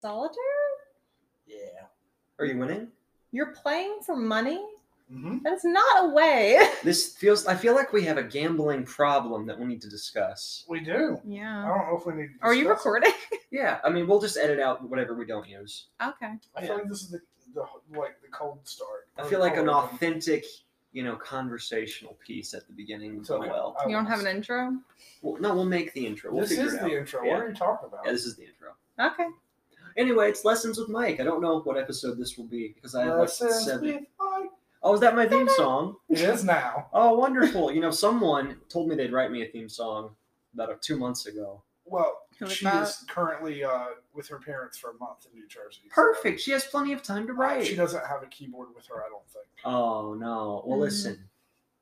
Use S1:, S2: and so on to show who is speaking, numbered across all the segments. S1: solitaire?
S2: Yeah.
S3: Are you winning?
S1: You're playing for money?
S2: Mm-hmm.
S1: That's not a way.
S3: This feels. I feel like we have a gambling problem that we need to discuss.
S2: We do. I
S1: Yeah.
S2: don't know if we need. To
S1: Are you
S2: discuss it.
S1: recording?
S3: Yeah, I mean, we'll just edit out whatever we don't use.
S1: Okay.
S2: I feel like this is the, the like the cold start.
S3: I feel like an
S2: Cold open.
S3: authentic, you know, conversational piece at the beginning would
S2: So,
S3: go well.
S2: I
S1: You don't have an
S2: was-
S1: intro?
S3: well. No, we'll make the intro. We'll
S2: This
S3: figure
S2: is
S3: it out.
S2: the intro.
S3: Yeah.
S2: What are you talking about?
S3: Yeah, this is the intro.
S1: Okay.
S3: Anyway, it's lessons with Mike. I don't know what episode this will be
S2: Uh,
S3: because I have like
S2: Lessons
S3: seven.
S2: with Mike.
S3: Oh, is that my theme song?
S2: It is now.
S3: Oh, wonderful! you know, someone told me they'd write me a theme song about uh, two months ago.
S2: Well,
S1: Who is
S2: she
S1: that?
S2: is currently uh, with her parents for a month in New Jersey. so-
S3: Perfect. She has plenty of time to write.
S2: She doesn't have a keyboard with her, I don't think.
S3: Oh no! Well,
S1: Mm.
S3: listen,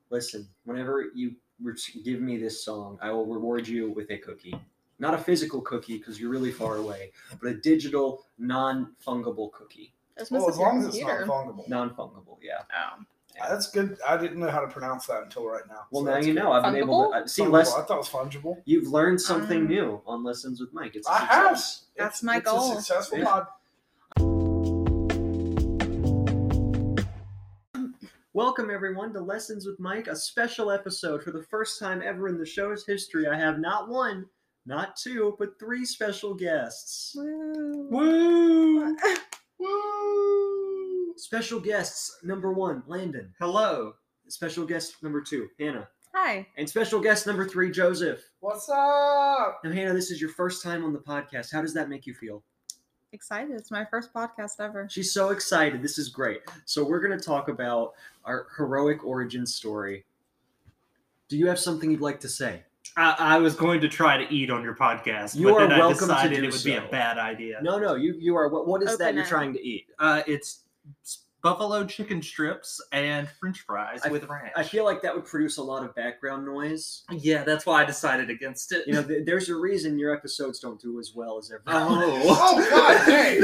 S3: listen. Whenever you re- give me this song, I will reward you with a cookie. Not a physical cookie because you're really far away, but a digital, non-fungible cookie.
S1: That's
S2: Well,
S1: Mrs.
S2: as long as it's not
S1: Computer.
S2: fungible.
S3: Non-fungible, yeah.
S1: Oh.
S2: Uh, That's good. I didn't know how to pronounce that until right now.
S3: Well,
S2: so
S3: now
S2: that's
S3: you
S2: good.
S3: know. I've been able to I, see. Les,
S2: Fungible. I thought it was fungible.
S3: you've learned something
S1: Um,
S3: new on lessons with Mike. It's a
S2: I have.
S3: success.
S1: That's
S2: It's-
S1: my
S2: it's
S1: goal.
S2: A successful
S3: Yeah.
S2: pod.
S3: Welcome, everyone, to Lessons with Mike, a special episode. For the first time ever in the show's history, I have not one, not two, but three special guests.
S1: Woo.
S3: Woo! Woo! Special guests number one, Landon. Hello. Special guest number two, Hannah.
S1: Hi.
S3: And special guest number three, Joseph.
S2: What's up?
S3: Now, Hannah, this is your first time on the podcast. How does that make you feel?
S1: Excited. It's my first podcast ever.
S3: She's so excited. This is great. So we're going to talk about our heroic origin story. Do you have something you'd like to say?
S4: I, I was going to try to eat on your podcast,
S3: You
S4: but
S3: are
S4: then I
S3: welcome to
S4: decided
S3: do
S4: it would be
S3: so.
S4: a bad idea.
S3: No, no. You you are what? What is that
S1: Open
S3: you're
S1: it.
S3: trying to eat?
S4: Uh, it's s- buffalo chicken strips and French fries
S3: I-
S4: with ranch.
S3: I feel like that would produce a lot of background noise.
S4: yeah, that's why I decided against it.
S3: You know, th- there's a reason your episodes don't do as well as everyone.
S4: oh,
S2: Oh God, hey!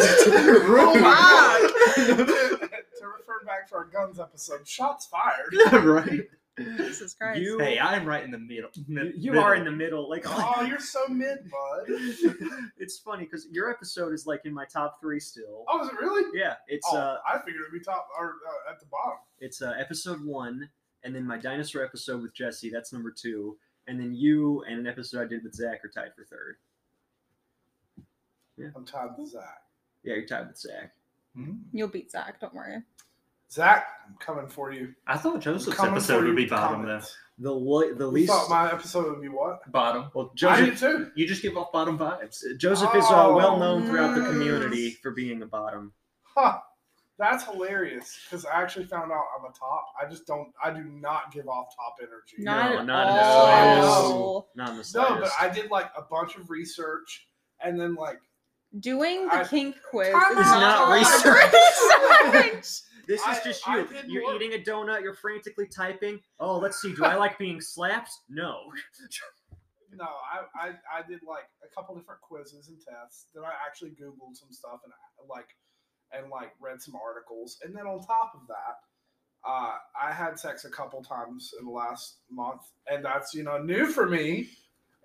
S4: Rude.
S2: Oh, my. to refer back to our guns episode, shots fired.
S4: right.
S1: Jesus Christ.
S3: You-
S4: Hey, I'm right in the middle.
S3: You,
S4: mid-
S3: you
S4: middle.
S3: are in the middle. Like,
S2: Oh, you're so mid, bud.
S3: it's funny because your episode is like in my top three still.
S2: Oh, is it really?
S3: Yeah, it's
S2: oh,
S3: uh,
S2: I figured it'd be top or uh, at the bottom.
S3: it's uh, episode one, and then my dinosaur episode with Jesse. That's number two, and then you and an episode I did with Zach are tied for third.
S2: I'm tied with Zach.
S3: Yeah, you're tied with Zach.
S1: You'll beat Zach. Don't worry.
S2: Zach, I'm coming for you.
S4: I thought
S2: I'm
S4: Joseph's
S2: coming for
S4: episode
S2: you
S4: would be
S2: with
S4: bottom though.
S2: comments.
S3: The lo- the
S2: You
S3: least.
S2: thought my episode would be what?
S4: Bottom.
S3: well,
S2: I
S3: Joseph
S2: do too.
S4: You just give off bottom vibes.
S3: Joseph is uh,
S2: Oh,
S3: well known throughout the
S1: nice.
S3: community for being a bottom.
S2: Huh. That's hilarious because I actually found out I'm a top. I just don't. I do not give off top energy.
S1: Not
S3: No,
S1: at
S3: not in
S2: the
S1: all.
S3: Not in the
S2: No, but
S3: slightest.
S2: I did like a bunch of research and then like
S1: Doing the
S2: I-
S1: kink quiz is
S2: Time
S1: not,
S2: out.
S3: Not
S1: research. research.
S3: This is
S2: I-
S3: just
S2: I
S3: you.
S2: did
S3: You're
S2: more-
S3: eating a donut. You're frantically typing. Oh, let's see. Do I like being slapped? No.
S2: no, I, I I did like a couple different quizzes and tests. Then I actually googled some stuff and I, like and like read some articles. And then on top of that, uh, I had sex a couple times in the last month, and that's you know new for me.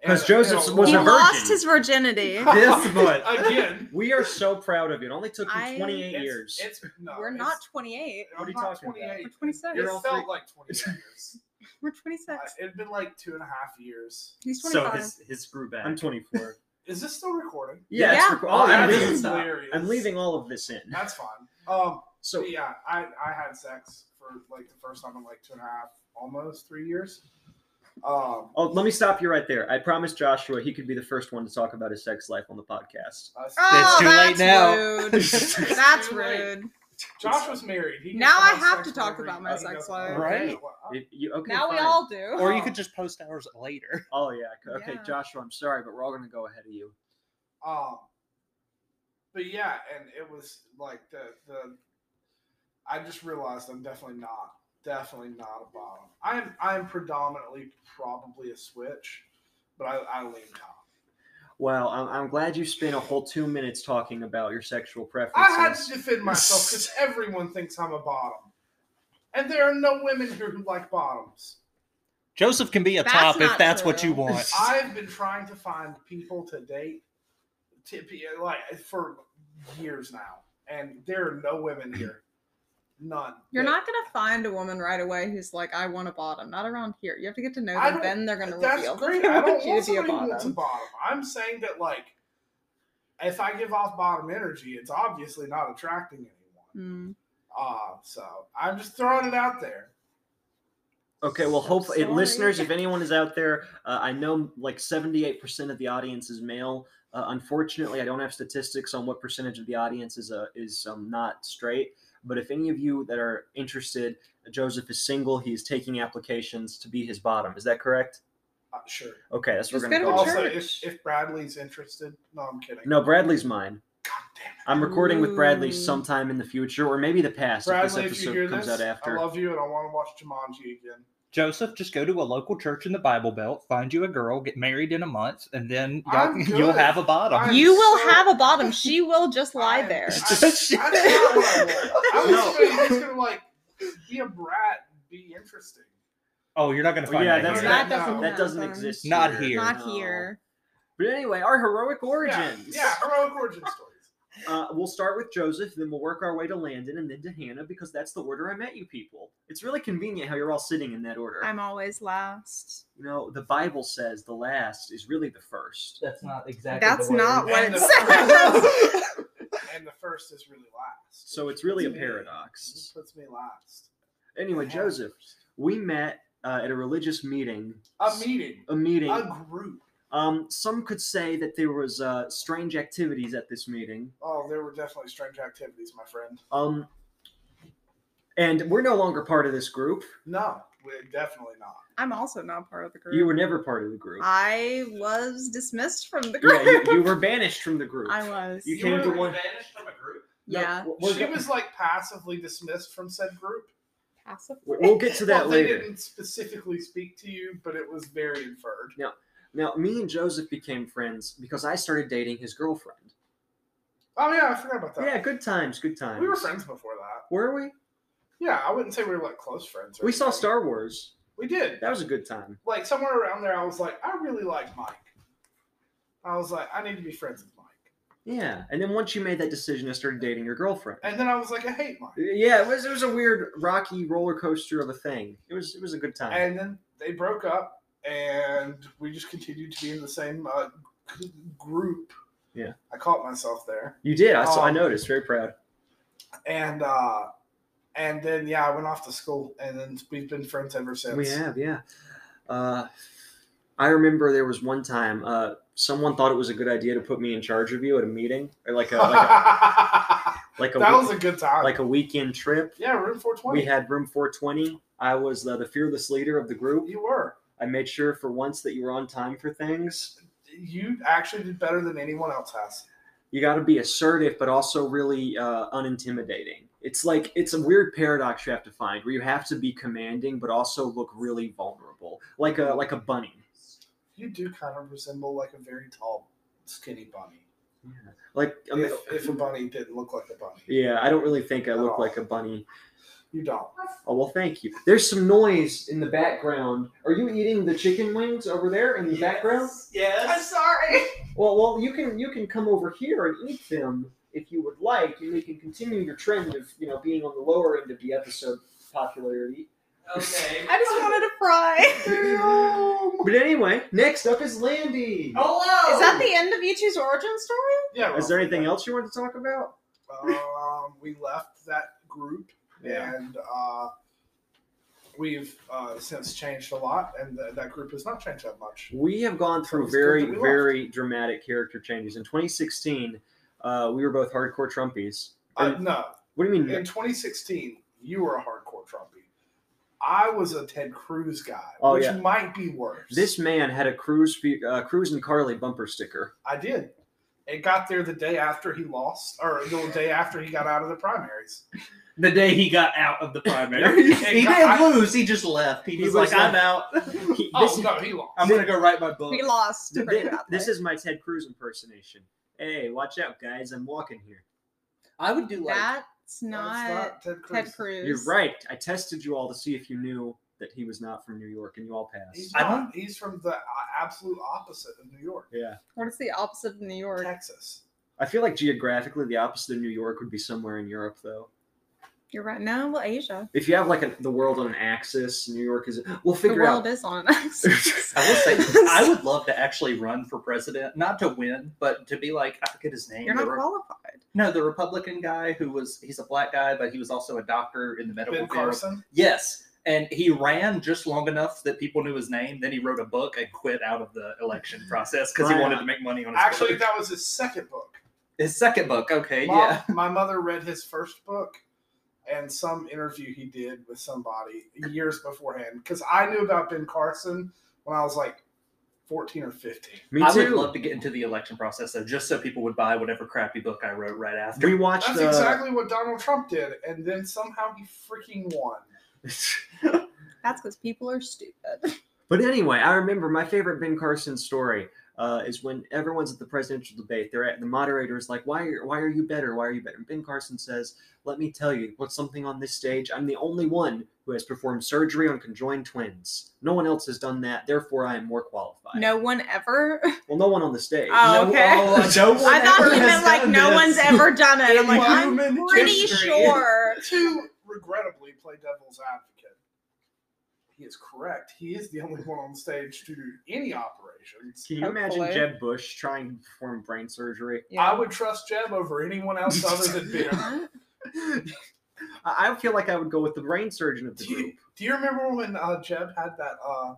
S2: And,
S3: 'Cause Joseph's
S2: you know,
S3: was
S1: he
S3: a virgin.
S1: lost his virginity.
S4: This much.
S2: again.
S3: We are so proud of you. It only took you
S1: I-
S3: 28
S2: It's,
S3: years.
S2: it's no,
S1: We're
S2: it's-
S1: not 28.
S2: I'm
S3: What are you
S2: not
S3: talking about?
S2: 28.
S1: We're 26.
S3: You're
S2: It
S3: all
S2: felt
S3: three-
S2: like 28 years.
S1: We're
S2: Uh,
S1: 26.
S2: It'd been like two and a half years.
S1: He's
S4: So
S1: 25.
S4: his his screw back.
S3: I'm 24.
S2: Is this still recording?
S3: yeah, it's
S1: Yeah.
S3: reco-
S4: Oh,
S3: I'm,
S4: that
S2: That's
S4: is-
S3: leaving,
S4: stop.
S2: hilarious.
S3: I'm leaving all of this in.
S2: That's fine. Um,
S3: So
S2: but yeah, I, I had sex for like the first time in like two and a half, almost three years. Um,
S3: oh, let me stop you right there. I promised Joshua he could be the first one to talk about his sex life on the podcast.
S2: I-
S1: oh,
S4: too late
S1: that's
S4: now.
S1: rude. that's
S2: Too late.
S1: rude.
S2: Josh was married. He
S1: Now
S2: gets
S1: I have
S2: sex
S1: to
S2: with
S1: talk
S2: every-
S1: about my
S2: he
S1: sex
S2: does-
S1: life.
S4: Right.
S3: If you, okay,
S1: Now we
S3: fine.
S1: all do.
S4: or you could just post hours later.
S3: Oh yeah. c- Okay,
S1: Yeah.
S3: Joshua. I'm sorry, but we're all gonna go ahead of you.
S2: Um, but yeah, and it was like the the. I just realized I'm definitely not, definitely not a bottom. I'm I'm predominantly probably a switch, but I, I lean top.
S3: Well, I'm, I'm glad you spent a whole two minutes talking about your sexual
S2: I
S3: preferences.
S2: had to defend myself because everyone thinks I'm a bottom, and there are no women here who like bottoms.
S4: Joseph can be a
S1: That's
S4: top if
S1: not
S4: that's what
S1: true.
S4: you want.
S2: I've been trying to find people to date, to be like for years now, and there are no women here. None.
S1: You're
S2: That-
S1: not gonna find a woman right away who's like, "I want a bottom." Not around here. You have to get to know
S2: I
S1: them.
S2: don't-
S1: Then they're gonna
S2: That's
S1: reveal.
S2: great.
S1: they
S2: I
S1: want
S2: don't
S1: you
S2: want
S1: to be a
S2: somebody who wants a
S1: bottom.
S2: bottom. I'm saying that like, if I give off bottom energy, it's obviously not attracting
S1: Mm.
S2: anyone. Uh, so I'm just throwing it out there.
S3: Okay, well,
S1: So
S3: hopefully,
S1: sorry.
S3: listeners, if anyone is out there, uh, I know like 78% of the audience is male. Uh, unfortunately, I don't have statistics on what percentage of the audience is uh, is um, not straight. But if any of you that are interested, Joseph is single. He is taking applications to be his bottom. Is that correct?
S2: Uh, sure.
S3: Okay, that's what
S1: Just
S3: we're
S1: go to
S3: gonna call.
S2: Also,
S1: church.
S2: if, if Bradley's interested, no, I'm kidding.
S3: No, Bradley's mine.
S2: God damn it.
S3: I'm recording with Bradley
S1: Ooh.
S3: sometime in the future, or maybe the past
S2: Bradley, if
S3: if this
S2: you
S3: episode
S2: hear
S3: comes
S2: this,
S3: out after.
S2: I love you, and I want to watch Jumanji again.
S5: Joseph, just go to a local church in the Bible Belt, find you a girl, get married in a month, and then y'all,
S2: I'm
S5: you'll
S2: good.
S5: have a bottom.
S2: I'm
S1: You will
S2: so-
S1: have a bottom. She will just lie
S2: I-
S1: there.
S2: I, that's not what I want. I
S3: No.
S2: was no. just gonna like be a brat, and be interesting.
S5: oh, you're not going to
S3: Well,
S5: find
S3: yeah,
S5: that.
S3: that's
S5: here.
S2: not-
S1: that doesn't.
S3: that doesn't
S1: happen.
S3: exist.
S5: Not here.
S1: Not
S3: no.
S1: here.
S3: But anyway, our heroic origins.
S2: Yeah, yeah heroic origin stories.
S3: Uh, we'll start with Joseph, then we'll work our way to Landon, and then to Hannah because that's the order I met you people. It's really convenient how you're all sitting in that order.
S1: I'm always last.
S3: you know, the Bible says the last is really the first.
S5: That's not exactly.
S1: That's
S5: the word.
S1: not what
S2: And
S1: it
S2: the-
S1: says.
S2: And the first is really last.
S3: So
S2: which
S3: it's really a
S2: puts me-
S3: paradox.
S2: Puts me last.
S3: Anyway,
S2: Yeah.
S3: Joseph, we met uh, at a religious meeting,
S2: A meeting,
S3: a meeting.
S2: a group.
S3: Um, some could say that there was uh, strange activities at this meeting.
S2: Oh, there were definitely strange activities, my friend.
S3: Um, and we're no longer part of this group.
S2: No, we're definitely not.
S1: I'm also not part of the group.
S3: You were never part of the group.
S1: I was dismissed from the
S3: yeah,
S1: group.
S3: you, you were banished from the group.
S1: I was.
S3: You came to one.
S4: banished from a group.
S3: No,
S1: yeah.
S3: we're
S2: she
S3: go-
S2: was like passively dismissed from said group.
S1: Passive.
S3: We'll we'll get to that
S2: well,
S3: later.
S2: They didn't specifically speak to you, but it was very inferred.
S3: Now, me and Joseph became friends because I started dating his girlfriend.
S2: Oh yeah, I forgot about that.
S3: Yeah, good times, good times.
S2: we were friends before that.
S3: Were we?
S2: Yeah, I wouldn't say we were like close friends. or
S3: We saw
S2: anything.
S3: Star Wars.
S2: We did.
S3: That was a good time.
S2: Like somewhere around there, I was like, I really like Mike. I was like, I need to be friends with Mike.
S3: Yeah. And then once you made that decision, I started dating your girlfriend.
S2: And then I was like, I hate Mike.
S3: yeah, it was it was a weird rocky roller coaster of a thing. It was it was a good time.
S2: And then they broke up, and we just continued to be in the same uh, g- group.
S3: Yeah.
S2: I caught myself there.
S3: you did. I saw. I
S2: Um,
S3: noticed. Very proud.
S2: and uh and then yeah i went off to school and then we've been friends ever since
S3: We have, yeah. Uh, I remember there was one time uh, someone thought it was a good idea to put me in charge of you at a meeting, or like a like a, like a,
S2: that was a good time
S3: like a weekend trip.
S2: yeah room 420
S3: We had room 420. I was the, the fearless leader of the group.
S2: you were
S3: I made sure for once that you were on time for things.
S2: you actually did better than anyone else has
S3: You got to be assertive, but also really uh, unintimidating. It's like it's a weird paradox you have to find where you have to be commanding, but also look really vulnerable, like a like a bunny.
S2: you do kind of resemble like a very tall skinny bunny
S3: Yeah. Like I mean,
S2: if, if a bunny didn't look like a bunny
S3: yeah, I don't really think I
S2: At
S3: look
S2: all.
S3: like a bunny.
S2: you don't
S3: Oh well, thank you. There's some noise in the background. Are you eating the chicken wings over there in the background?
S1: I'm
S4: Yes.
S1: sorry.
S3: Well, well, you can you can come over here and eat them if you would like, and we can continue your trend of you know being on the lower end of the episode popularity.
S4: Okay.
S1: I just wanted to fry.
S3: But anyway, next up is Landy.
S2: Oh!
S4: Hello.
S1: Is that the end of Ichi's origin story?
S2: yeah
S3: Is there anything else you want to talk about?
S2: um we left that group and uh we've uh since changed a lot and th- that group has not changed that much
S3: We have gone through
S2: Sounds good
S3: very,
S2: that we
S3: very dramatic character changes. In 2016, uh, we were both hardcore Trumpies.
S2: Uh,
S3: Or-
S2: no,
S3: what do you mean?
S2: in 2016, you were a hardcore Trumpy. I was a Ted Cruz guy,
S3: Oh,
S2: which
S3: yeah.
S2: might be worse.
S3: This man had a Cruise, fe- uh, Cruise and Carly bumper sticker.
S2: I did. It got there the day after he lost, or the day after he got out of the primaries.
S5: the day he got out of the primary.
S3: No,
S5: he
S2: he-
S5: didn't lose. He just left. He,
S3: He
S5: was,
S3: was
S5: like, "I'm out.
S3: He-
S2: Oh
S3: this-
S2: no, he lost.
S5: I'm gonna go write my book."
S1: We lost. to
S3: Th-
S1: bring
S3: th-
S1: it up,
S3: this
S1: right?
S3: is my Ted Cruz impersonation. Hey, watch out, guys! I'm walking here.
S5: I would do like
S1: That's
S2: That's
S1: not
S2: Ted
S1: Ted Cruz.
S3: You're right. I tested you all to see if you knew that he was not from New York, and you all
S2: He's
S3: passed.
S5: I
S2: not.
S5: don't-
S2: He's from the uh, absolute opposite of New York,
S3: Yeah.
S1: What is the opposite of New York?
S2: Texas.
S3: I feel like geographically, the opposite of New York would be somewhere in Europe, though.
S1: You're right. No, well, Asia.
S3: If you have like a, the world on an axis, New York is. We'll figure
S1: the
S3: out.
S1: world is on us.
S5: I will say, I would love to actually run for president, not to win, but to be like I forget his name.
S1: You're not
S5: The Re-
S1: qualified.
S5: no, the Republican guy who was he's a black guy, but he was also a doctor in the medical
S2: Ben
S5: field.
S2: Carson.
S5: Yes. And he ran just long enough that people knew his name. Then he wrote a book and quit out of the election process because he
S3: Right.
S5: wanted to make money on his
S2: Actually,
S5: book.
S2: that was his second book.
S5: his second book. Okay,
S2: Mom-
S5: yeah.
S2: my mother read his first book and some interview he did with somebody years beforehand because I knew about Ben Carson when I was like 14 or 15.
S3: Me
S5: I would
S3: too.
S5: love to get into the election process though, just so people would buy whatever crappy book I wrote right after.
S3: we watched
S2: That's
S3: uh,
S2: exactly what Donald Trump did, and then somehow he freaking won.
S3: uh,
S1: That's because people are stupid.
S3: But anyway, I remember my favorite Ben Carson story uh, is when everyone's at the presidential debate. They're at the moderator is like, "Why are why are you better? Why are you better?" And Ben Carson says, "Let me tell you, what's something on this stage? I'm the only one who has performed surgery on conjoined twins. No one else has done that. Therefore, I am more qualified.
S1: No one ever.
S3: well, no one on the stage.
S1: Oh,
S5: No-
S1: okay.
S5: oh, no one
S1: I thought
S5: ever
S1: he
S5: has
S1: meant like
S5: done
S1: no
S5: this.
S1: one's ever done it. I'm like, I'm
S2: Human
S1: pretty
S5: history.
S1: sure.
S2: to regrettably play devil's advocate. He is correct. He is the only one on stage to do any operations.
S3: Can you imagine
S1: Hopefully.
S3: Jeb Bush trying to perform brain surgery?
S2: I would trust Jeb over anyone else other than Ben.
S3: I I feel like I would go with the brain surgeon of the
S2: Do you-
S3: group.
S2: Do you remember when uh, Jeb had that uh,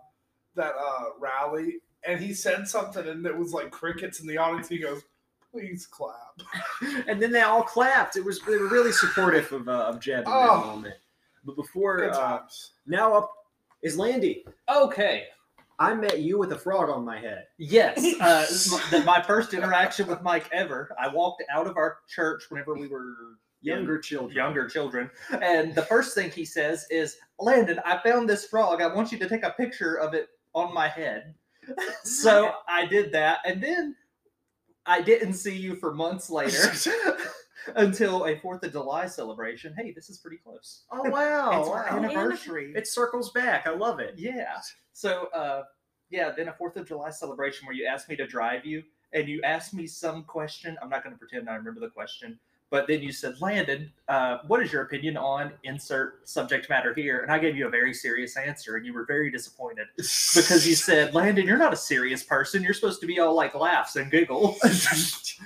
S2: that uh, rally and he said something and it was like crickets in the audience? He goes, "Please clap."
S3: and then they all clapped. It was they were really supportive of, uh, of Jeb in
S2: Oh.
S3: that moment. But before
S2: Good
S3: uh,
S2: times.
S3: now up is Landy.
S5: Okay.
S3: I met you with a frog on my head.
S5: Yes, uh, my, my first interaction with Mike ever. I walked out of our church whenever we were
S3: Younger children.
S5: younger children, and the first thing he says is, "Landon, I found this frog. I want you to take a picture of it on my head." so I did that, and then I didn't see you for months later until a Fourth of July celebration. Hey, this is pretty close.
S3: Oh wow!
S5: it's our
S3: wow.
S1: Anna-
S5: anniversary.
S3: It circles back. I love it.
S5: Yeah. So, uh, yeah, then a Fourth of July celebration where you asked me to drive you, and you asked me some question. I'm not going to pretend I remember the question, but then you said, Landon, uh, what is your opinion on insert subject matter here? And I gave you a very serious answer, and you were very disappointed because you said, Landon, you're not a serious person. You're supposed to be all like laughs and giggles.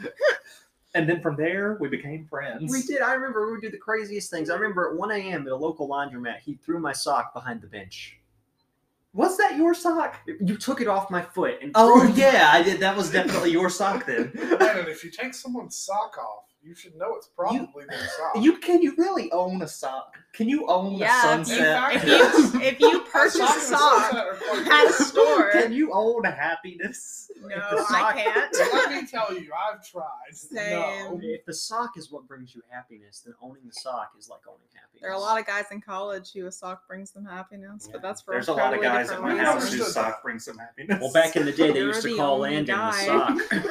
S5: and then from there, we became friends.
S3: We did. I remember we would do the craziest things. I remember at 1 a.m. at a local laundromat, he threw my sock behind the bench.
S5: Was that your sock?
S3: You took it off my foot and
S5: Oh
S3: threw it-
S5: yeah, I did. That was definitely your sock then.
S2: Brandon, if you take someone's sock off, you should know it's probably their sock.
S5: You can you really own a sock? Can you own a
S1: Yeah, if you,
S5: sunset?
S1: if you if you purchase a
S2: Socks and
S1: sock
S2: sunset are quite
S1: at a
S2: good.
S1: store,
S5: can you own happiness?
S1: no,
S3: the
S1: I
S3: sock-
S1: can't.
S2: Let me tell you, I've tried. No.
S1: Same.
S3: If the sock is what brings you happiness, then owning the sock is like owning happiness.
S1: There are a lot of guys in college who a sock brings them happiness,
S5: Yeah.
S1: but that's for
S5: There's a lot of
S1: totally
S5: guys at
S1: different
S5: my
S2: reason.
S5: house whose
S2: Understood
S5: sock
S2: that.
S5: brings them happiness.
S3: Well, back in the day, they
S1: You're
S3: used to
S1: the
S3: call
S1: only
S3: Landon the
S1: guy.
S3: sock.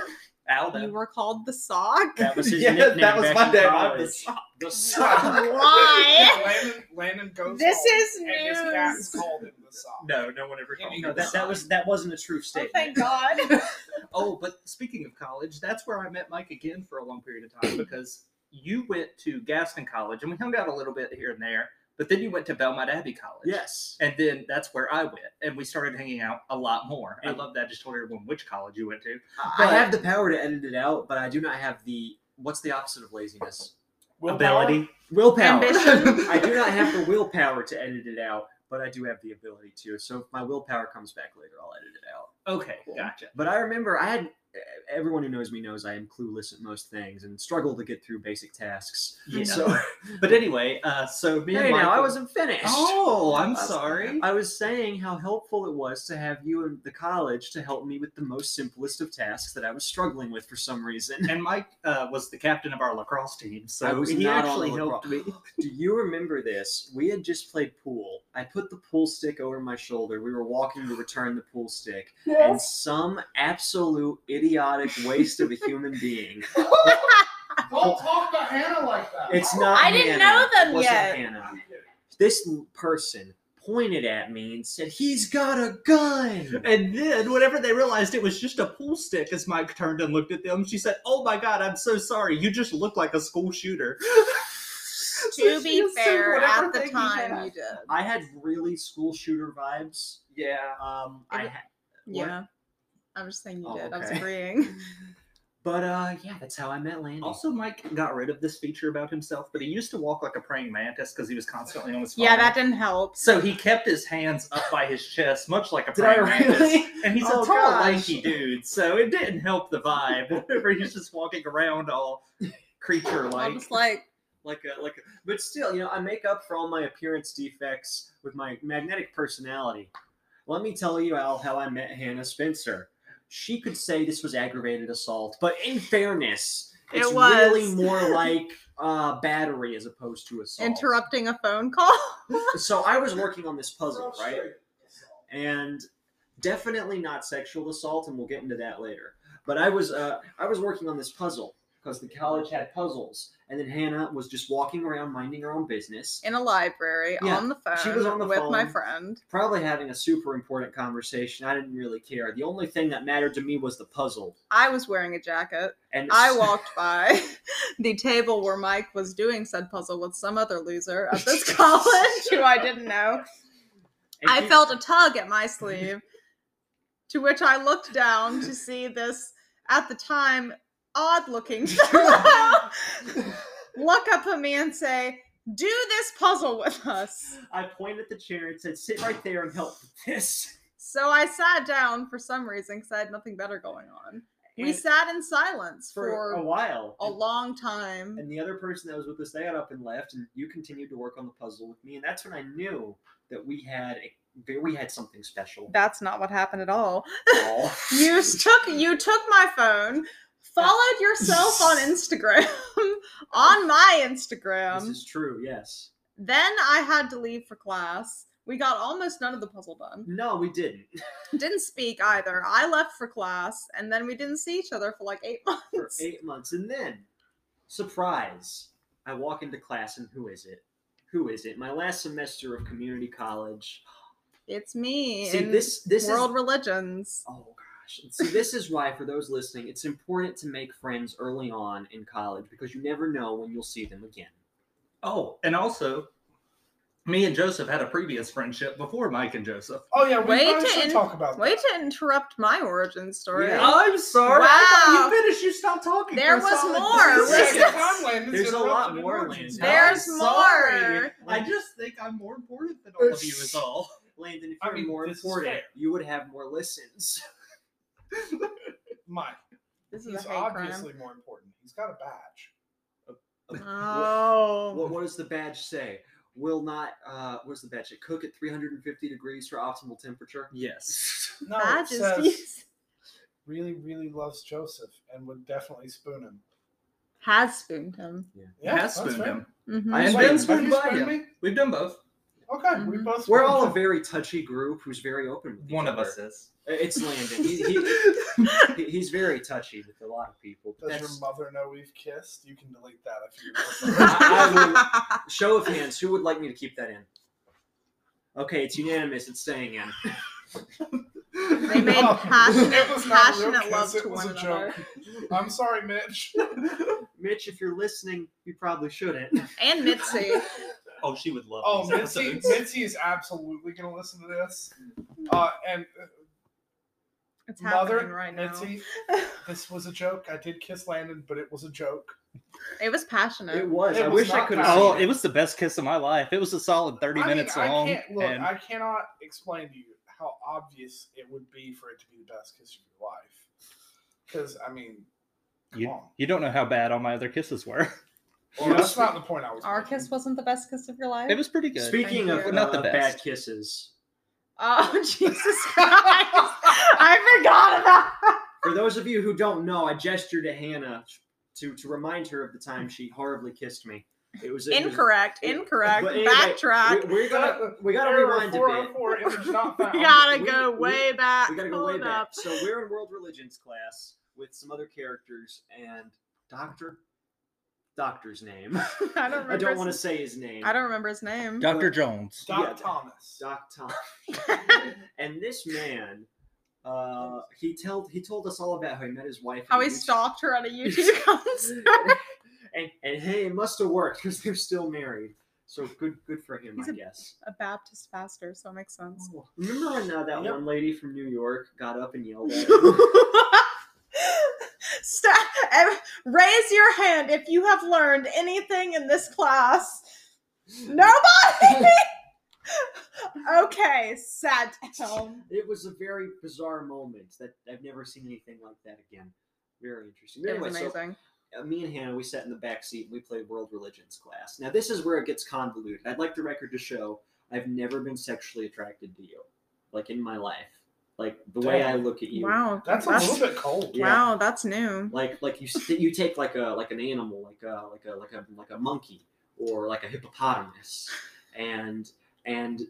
S5: Aldo.
S1: You were called the sock.
S3: That was his
S5: yeah,
S3: nickname.
S5: that was
S3: back
S5: my
S3: in
S5: name. I'm the
S3: college.
S5: sock. The sock.
S1: Why?
S2: Landon, Landon goes.
S1: This
S2: home,
S1: is
S2: And his cat
S1: news.
S2: called him the sock.
S5: No, no one ever called me.
S3: No,
S5: the
S3: that, that
S5: sock.
S3: was that wasn't a true
S1: Oh,
S3: statement.
S1: thank God.
S5: Oh, but speaking of college, that's where I met Mike again for a long period of time because you went to Gaston College and we hung out a little bit here and there, but then you went to Belmont Abbey College.
S3: Yes.
S5: And then that's where I went, and we started hanging out a lot more. I
S3: And-
S5: love that. I just told everyone which college you went to.
S3: I
S5: But-
S3: have the power to edit it out, but I do not have the what's the opposite of laziness?
S2: Willpower?
S3: Willpower.
S1: Ambition.
S3: I do not have the willpower to edit it out, but I do have the ability to. So if my willpower comes back later, I'll edit it out.
S5: Okay, gotcha.
S3: But I remember I had e-, everyone who knows me knows I am clueless at most things and struggle to get through basic tasks.
S5: Yeah.
S3: So
S5: But anyway, uh, so me and
S3: hey, now I
S5: Michael-
S3: wasn't finished.
S5: Oh, I'm
S3: I was-
S5: sorry.
S3: I was saying how helpful it was to have you in the college to help me with the most simplest of tasks that I was struggling with for some reason.
S5: and Mike uh, was the captain of our lacrosse team,
S3: I
S5: so
S3: was
S5: he
S3: not on
S5: actually
S3: the
S5: helped me.
S3: lacrosse- Do you remember this? We had just played pool. I put the pool stick over my shoulder. We were walking to return the pool stick, and some absolute idiotic waste of a human being.
S2: Don't talk about Hannah like that.
S3: It's not.
S1: I didn't
S3: Hannah.
S1: know them
S3: It wasn't
S1: yet.
S3: Hannah. This person pointed at me and said, He's got a gun.
S4: And then, whenever they realized it was just a pool stick, as Mike turned and looked at them, she said, "Oh my God, I'm so sorry. You just look like a school shooter."
S2: So
S1: to
S2: she
S1: be
S2: assumed
S1: fair,
S2: whatever
S1: at the
S2: thing he
S1: time
S2: had.
S1: you did.
S3: I had really school shooter vibes.
S5: Yeah.
S3: Um, I
S1: It-
S3: had, What?
S1: Yeah. I'm just saying you
S3: Oh,
S1: did. I was
S3: okay.
S1: agreeing.
S3: but uh, yeah, that's how I met Landy.
S5: Also, Mike got rid of this feature about himself, but he used to walk like a praying mantis because he was constantly on his phone.
S1: yeah, that didn't help.
S5: So he kept his hands up by his chest, much like a
S3: Did I
S5: praying mantis.
S3: really?
S5: And he's
S3: Oh,
S5: a tall,
S3: gosh.
S5: lanky dude, so it didn't help the vibe. Whenever he's just walking around all
S1: I'm
S5: creature-like,
S1: just like,
S3: like a like a, but still you know i make up for all my appearance defects with my magnetic personality let me tell you al how i met hannah spencer she could say this was aggravated assault but in fairness
S1: It
S3: it's
S1: was.
S3: really more like uh, battery as opposed to assault
S1: interrupting a phone call.
S3: so i was working on this puzzle right
S2: Frustrating.
S3: and definitely not sexual assault and we'll get into that later but i was uh, i was working on this puzzle because the college had puzzles and then hannah was just walking around minding her own business
S1: in a library
S3: Yeah,
S1: on the phone
S3: she was on the
S1: with my
S3: phone.
S1: friend.
S3: probably having a super important conversation i didn't really care the only thing that mattered to me was the puzzle
S1: I was wearing a jacket.
S3: and
S1: I walked by the table where Mike was doing said puzzle with some other loser at this college who I didn't know.
S3: and
S1: I
S3: he-
S1: felt a tug at my sleeve, to which I looked down to see this at the time odd looking fellow look up at me and say, Do this puzzle with us.
S3: i pointed at the chair and said sit right there and help with this
S1: So I sat down for some reason because I had nothing better going on. we
S3: And
S1: sat in silence
S3: for,
S1: for,
S3: a while
S1: a long time.
S3: and the other person that was with us, they got up and left, and you continued to work on the puzzle with me, and that's when I knew that we had a that we had something special.
S1: That's not what happened at all.
S3: Aw.
S1: You took you took my phone, followed yourself on Instagram, on my Instagram.
S3: this is true. Yes.
S1: then I had to leave for class. We got almost none of the puzzle done.
S3: No, we didn't.
S1: Didn't speak either. I left for class, and then we didn't see each other for like eight
S3: For
S1: months.
S3: eight months, and then surprise! I walk into class, and who is it? Who is it? My last semester of community college.
S1: It's me
S3: See,
S1: in
S3: this this is
S1: world religions.
S3: Oh gosh. And See, this is why for those listening, it's important to make friends early on in college because you never know when you'll see them again.
S5: Oh, and also, me and Joseph had a previous friendship before Mike and Joseph.
S2: Oh yeah, we
S1: Way
S2: probably
S1: to
S2: should
S1: in-
S2: talk about
S1: Way
S2: that.
S1: to interrupt my origin story.
S3: Yeah.
S5: I'm sorry. I
S1: Wow.
S5: thought you finished. You stopped talking.
S1: There
S5: for a
S1: was
S5: solid
S1: more.
S2: This is
S5: two
S2: the
S5: seconds.
S2: second time Landon's
S3: There's a
S2: interrupted
S3: lot
S2: an
S3: more,
S2: origin.
S3: Landon.
S1: There's
S5: I'm
S1: more.
S5: sorry. I just think I'm more important than all of you is all.
S3: Landon, if
S2: I
S3: you're
S2: mean,
S3: more
S2: this is
S3: important,
S2: fair.
S3: you would have more listens.
S2: Mike.
S1: This is
S2: He's
S1: a hate crime.
S2: obviously more important. He's got a badge.
S1: Oh.
S3: What, what does the badge say? Will not, uh, what's the badge? It cook at 350 degrees for optimal temperature.
S5: Yes.
S2: No, it
S1: Badges,
S2: says
S1: yes.
S2: really, really loves Joseph and would definitely spoon him.
S1: has spooned him.
S2: Yeah,
S5: has
S2: that's
S5: spooned
S2: fair.
S5: him.
S1: Mhm.
S5: I
S2: Wait,
S5: am
S2: have you
S5: been spooned by
S2: spooned
S5: him.
S2: me?
S5: We've done both.
S2: Okay, we
S1: Mhm.
S2: both.
S3: We're
S2: spooned
S3: all a
S2: him.
S3: very touchy group who's very open with each
S5: One of
S3: other.
S5: us is.
S3: Uh, It's Landon. He, he, he- he's very touchy with a lot of people. but
S2: Does your
S3: that's-
S2: mother know we've kissed? You can delete that if you. prefer.
S3: I- show of hands, who would like me to keep that in? Okay, it's unanimous. It's staying in.
S1: They made
S2: No,
S1: passionate-
S2: it was not a real
S1: passionate love
S2: kiss, it
S1: to
S2: was
S1: one
S2: a joke. I'm sorry, Mitch.
S3: Mitch, if you're listening, you probably shouldn't.
S1: and Mitzi.
S5: Oh, she would love.
S2: Oh,
S5: these
S2: Mitzi,
S5: episodes.
S2: Mitzi is absolutely going to listen to this. Uh, and uh,
S1: It's happening
S2: mother,
S1: right now.
S2: Mitzi, this was a joke. I did kiss Landon, but it was a joke.
S1: It was passionate.
S3: It was.
S2: It
S3: I
S2: was
S3: wish I
S2: not
S3: could have.
S2: possible.
S3: seen
S2: Oh,
S3: it.
S5: was the best kiss of my life. It was a solid thirty
S2: I mean, I can't, look, I cannot explain to you how obvious it would be for it to be the best kiss of your life. Because I mean, come on.
S5: you don't know how bad all my other kisses were.
S2: Well, that's not the point I was.
S1: Our
S2: making.
S1: kiss wasn't the best kiss of your life.
S5: was pretty good.
S3: Speaking
S1: Thank
S3: of
S1: you.
S5: Not the
S3: uh,
S5: best.
S3: bad kisses,
S1: oh Jesus Christ! I forgot about.
S3: for those of you who don't know, I gestured to Hannah to to remind her of the time she horribly kissed me. It was it was-
S1: Incorrect.
S3: it-
S1: Incorrect.
S3: but anyway,
S1: Backtrack.
S3: We, are gonna we gotta
S2: Error
S3: rewind a bit.
S2: 404, image not found.
S1: We gotta
S3: we-
S1: go
S3: we-
S1: way back.
S3: We gotta go
S1: Hold
S3: way back.
S1: up.
S3: So we're in world religions class with some other characters and Doctor doctor's name.
S1: I don't remember.
S3: I don't
S1: his-
S3: want to say his name.
S1: I don't remember his name.
S3: Dr.
S5: Jones.
S2: Doc
S3: Yeah.
S2: Thomas.
S3: Doc Tom. and this man, uh, he told he told us all about how he met his wife.
S1: How
S3: in
S1: he
S3: Utah.
S1: stalked her on a YouTube concert.
S3: and and hey, it must have worked because they're still married. So good, good for him,
S1: He's
S3: I
S1: a-
S3: guess.
S1: A Baptist pastor, so it makes sense.
S3: Oh, remember when uh, that
S2: Yep.
S3: one lady from New York got up and yelled at him?
S1: Sta- ev- Raise your hand if you have learned anything in this class. Nobody. okay, sat down.
S3: It was a very bizarre moment that I've never seen anything like that again. Very interesting.
S1: It
S3: Anyway,
S1: was
S3: so
S1: amazing.
S3: uh, me and Hannah, we sat in the back seat and we played world religions class. Now this is where it gets convoluted. I'd like the record to show I've never been sexually attracted to you, like in my life, like the way
S1: Oh,
S3: I look at you.
S1: wow,
S2: That's a
S1: That's-
S2: little bit cold.
S3: Yeah.
S1: wow, that's new.
S3: like like you s- you take like a like an animal like a like a like a like a monkey or like a hippopotamus and and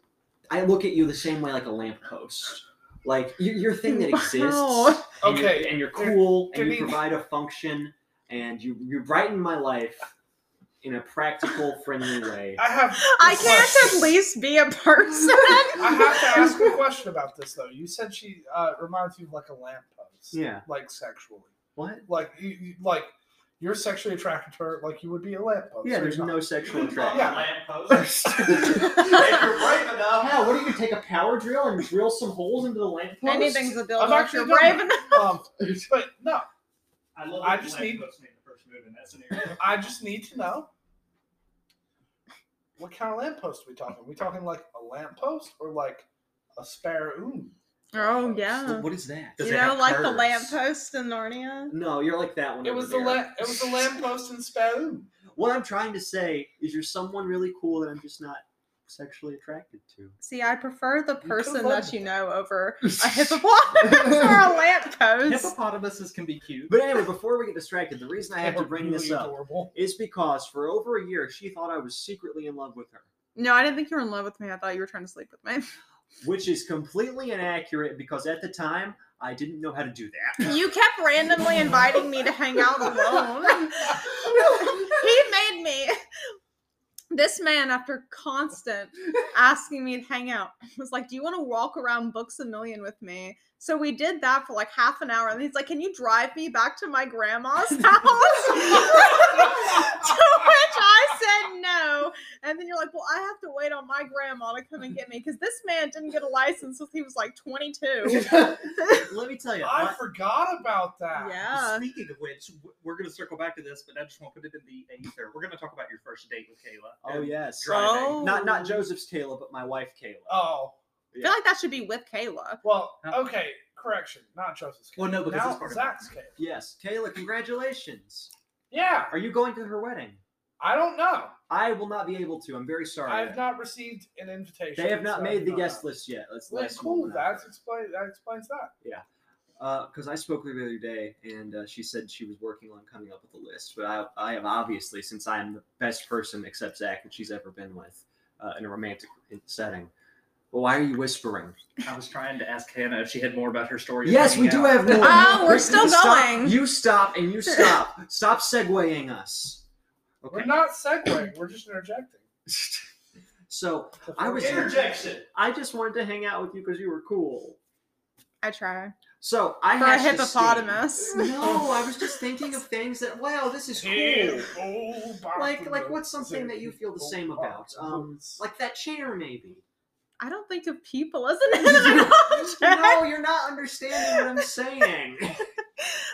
S3: i look at you the same way like a lamppost like your, your thing that exists
S1: Wow.
S3: and,
S2: Okay,
S3: you're, and you're
S2: there-
S3: cool
S2: there
S3: and you
S2: need-
S3: provide a function and you you brighten my life in a practical friendly way
S2: I have.
S1: I can't at least be a person.
S2: I have to ask a question about this though. You said she uh, reminds you of like a lamppost.
S3: yeah
S2: Like sexually,
S3: what
S2: like you, you- like you're sexually attracted to her, like you would be a lamppost.
S3: yeah
S2: or
S3: there's
S2: not.
S3: no sexual attraction
S2: Oh, Yeah.
S5: Lamppost. if you're brave enough.
S3: yeah what are you gonna take a power drill and drill some holes into the lamppost
S1: Anything's a
S2: I'm
S1: dildo. If
S2: actually
S1: you're brave
S2: done.
S1: enough.
S2: Um, but no,
S5: I love.
S2: I
S5: that
S2: just
S5: the
S2: need-
S5: lamppost made the first move in that scenario.
S2: I just need to know what kind of lamppost we talking? we talking like a lamppost or like a spare oom?
S1: Oh yeah.
S5: what is that?
S1: You know, like the lamppost in Narnia.
S3: No, you're like that one.
S2: It
S3: over
S2: was the
S3: there.
S2: la- it was the lamppost and spare oom.
S3: What I'm trying to say is, you're someone really cool that I'm just not sexually attracted to.
S1: See, I prefer the
S2: could've
S1: person
S2: loved
S1: that
S2: it.
S1: you know over a hippopotamus or a lamppost.
S5: Hippopotamuses can be cute.
S3: But anyway, before we get distracted, the reason I have to bring this up
S2: Adorable.
S3: is because for over a year she thought I was secretly in love with her,
S1: No, I didn't think you were in love with me. I thought you were trying to sleep with me.
S3: which is completely inaccurate because at the time I didn't know how to do that.
S1: You kept randomly inviting me to hang out alone. he made me. This man, after constant asking me to hang out, was like, Do you want to walk around Books a Million with me? So we did that for like half an hour. And he's like, Can you drive me back to my grandma's house? to which I said no. And then you're like, Well, I have to wait on my grandma to come and get me. Because this man didn't get a license until he was like 22.
S3: Let me tell you,
S2: I forgot about that.
S1: Yeah.
S5: Speaking of which, w- we're going to circle back to this, but I just want to put it in the ether. We're going to talk about your first date with Kayla.
S3: oh
S5: And
S3: yes,
S5: Driving.
S1: Oh.
S3: not not Joseph's Kayla, but my wife Kayla.
S2: Oh
S1: I feel like that should be with Kayla.
S2: well.
S5: Huh?
S2: Okay. Correction. Not Joseph's. case.
S5: Well, no, because
S2: now
S5: it's part of-
S2: Zach's case.
S3: Yes, Kayla, congratulations.
S2: Yeah.
S3: Are you going to her wedding?
S2: I don't know.
S3: I will not be able to. I'm very sorry.
S2: I have not received an invitation.
S3: Oh, They have not
S2: so
S3: made the
S2: no.
S3: guest list yet. That's
S2: Well,
S3: last
S2: cool.
S3: moment.
S2: That explains that explains that.
S3: Because Uh, I spoke with her the other day, and uh, she said she was working on coming up with a list. But I, I have obviously, since I am the best person except Zach that she's ever been with uh, in a romantic setting. Well, why are you whispering?
S5: I was trying to ask Hannah if she had more about her story. of
S3: Yes, we
S5: hanging
S3: do
S5: out.
S3: have more.
S1: Oh, we're still
S3: Stop.
S1: going.
S3: You stop and you stop. stop segueing us. Okay.
S2: We're not segueing. We're just interjecting.
S3: so I was
S5: Interjection.
S3: I just wanted to hang out with you because you were cool.
S1: I try.
S3: So I
S1: For a
S3: hashed this thing.
S1: hippopotamus.
S3: No, I was just thinking of things that wow, this is cool.
S2: Here, oh,
S3: Like like
S2: Bartimaeus,
S3: what's something that you feel the
S2: oh,
S3: same about? Um
S2: Bartimaeus.
S3: like that chair maybe.
S1: I don't think of people as an object.
S3: No, you're not understanding what I'm saying.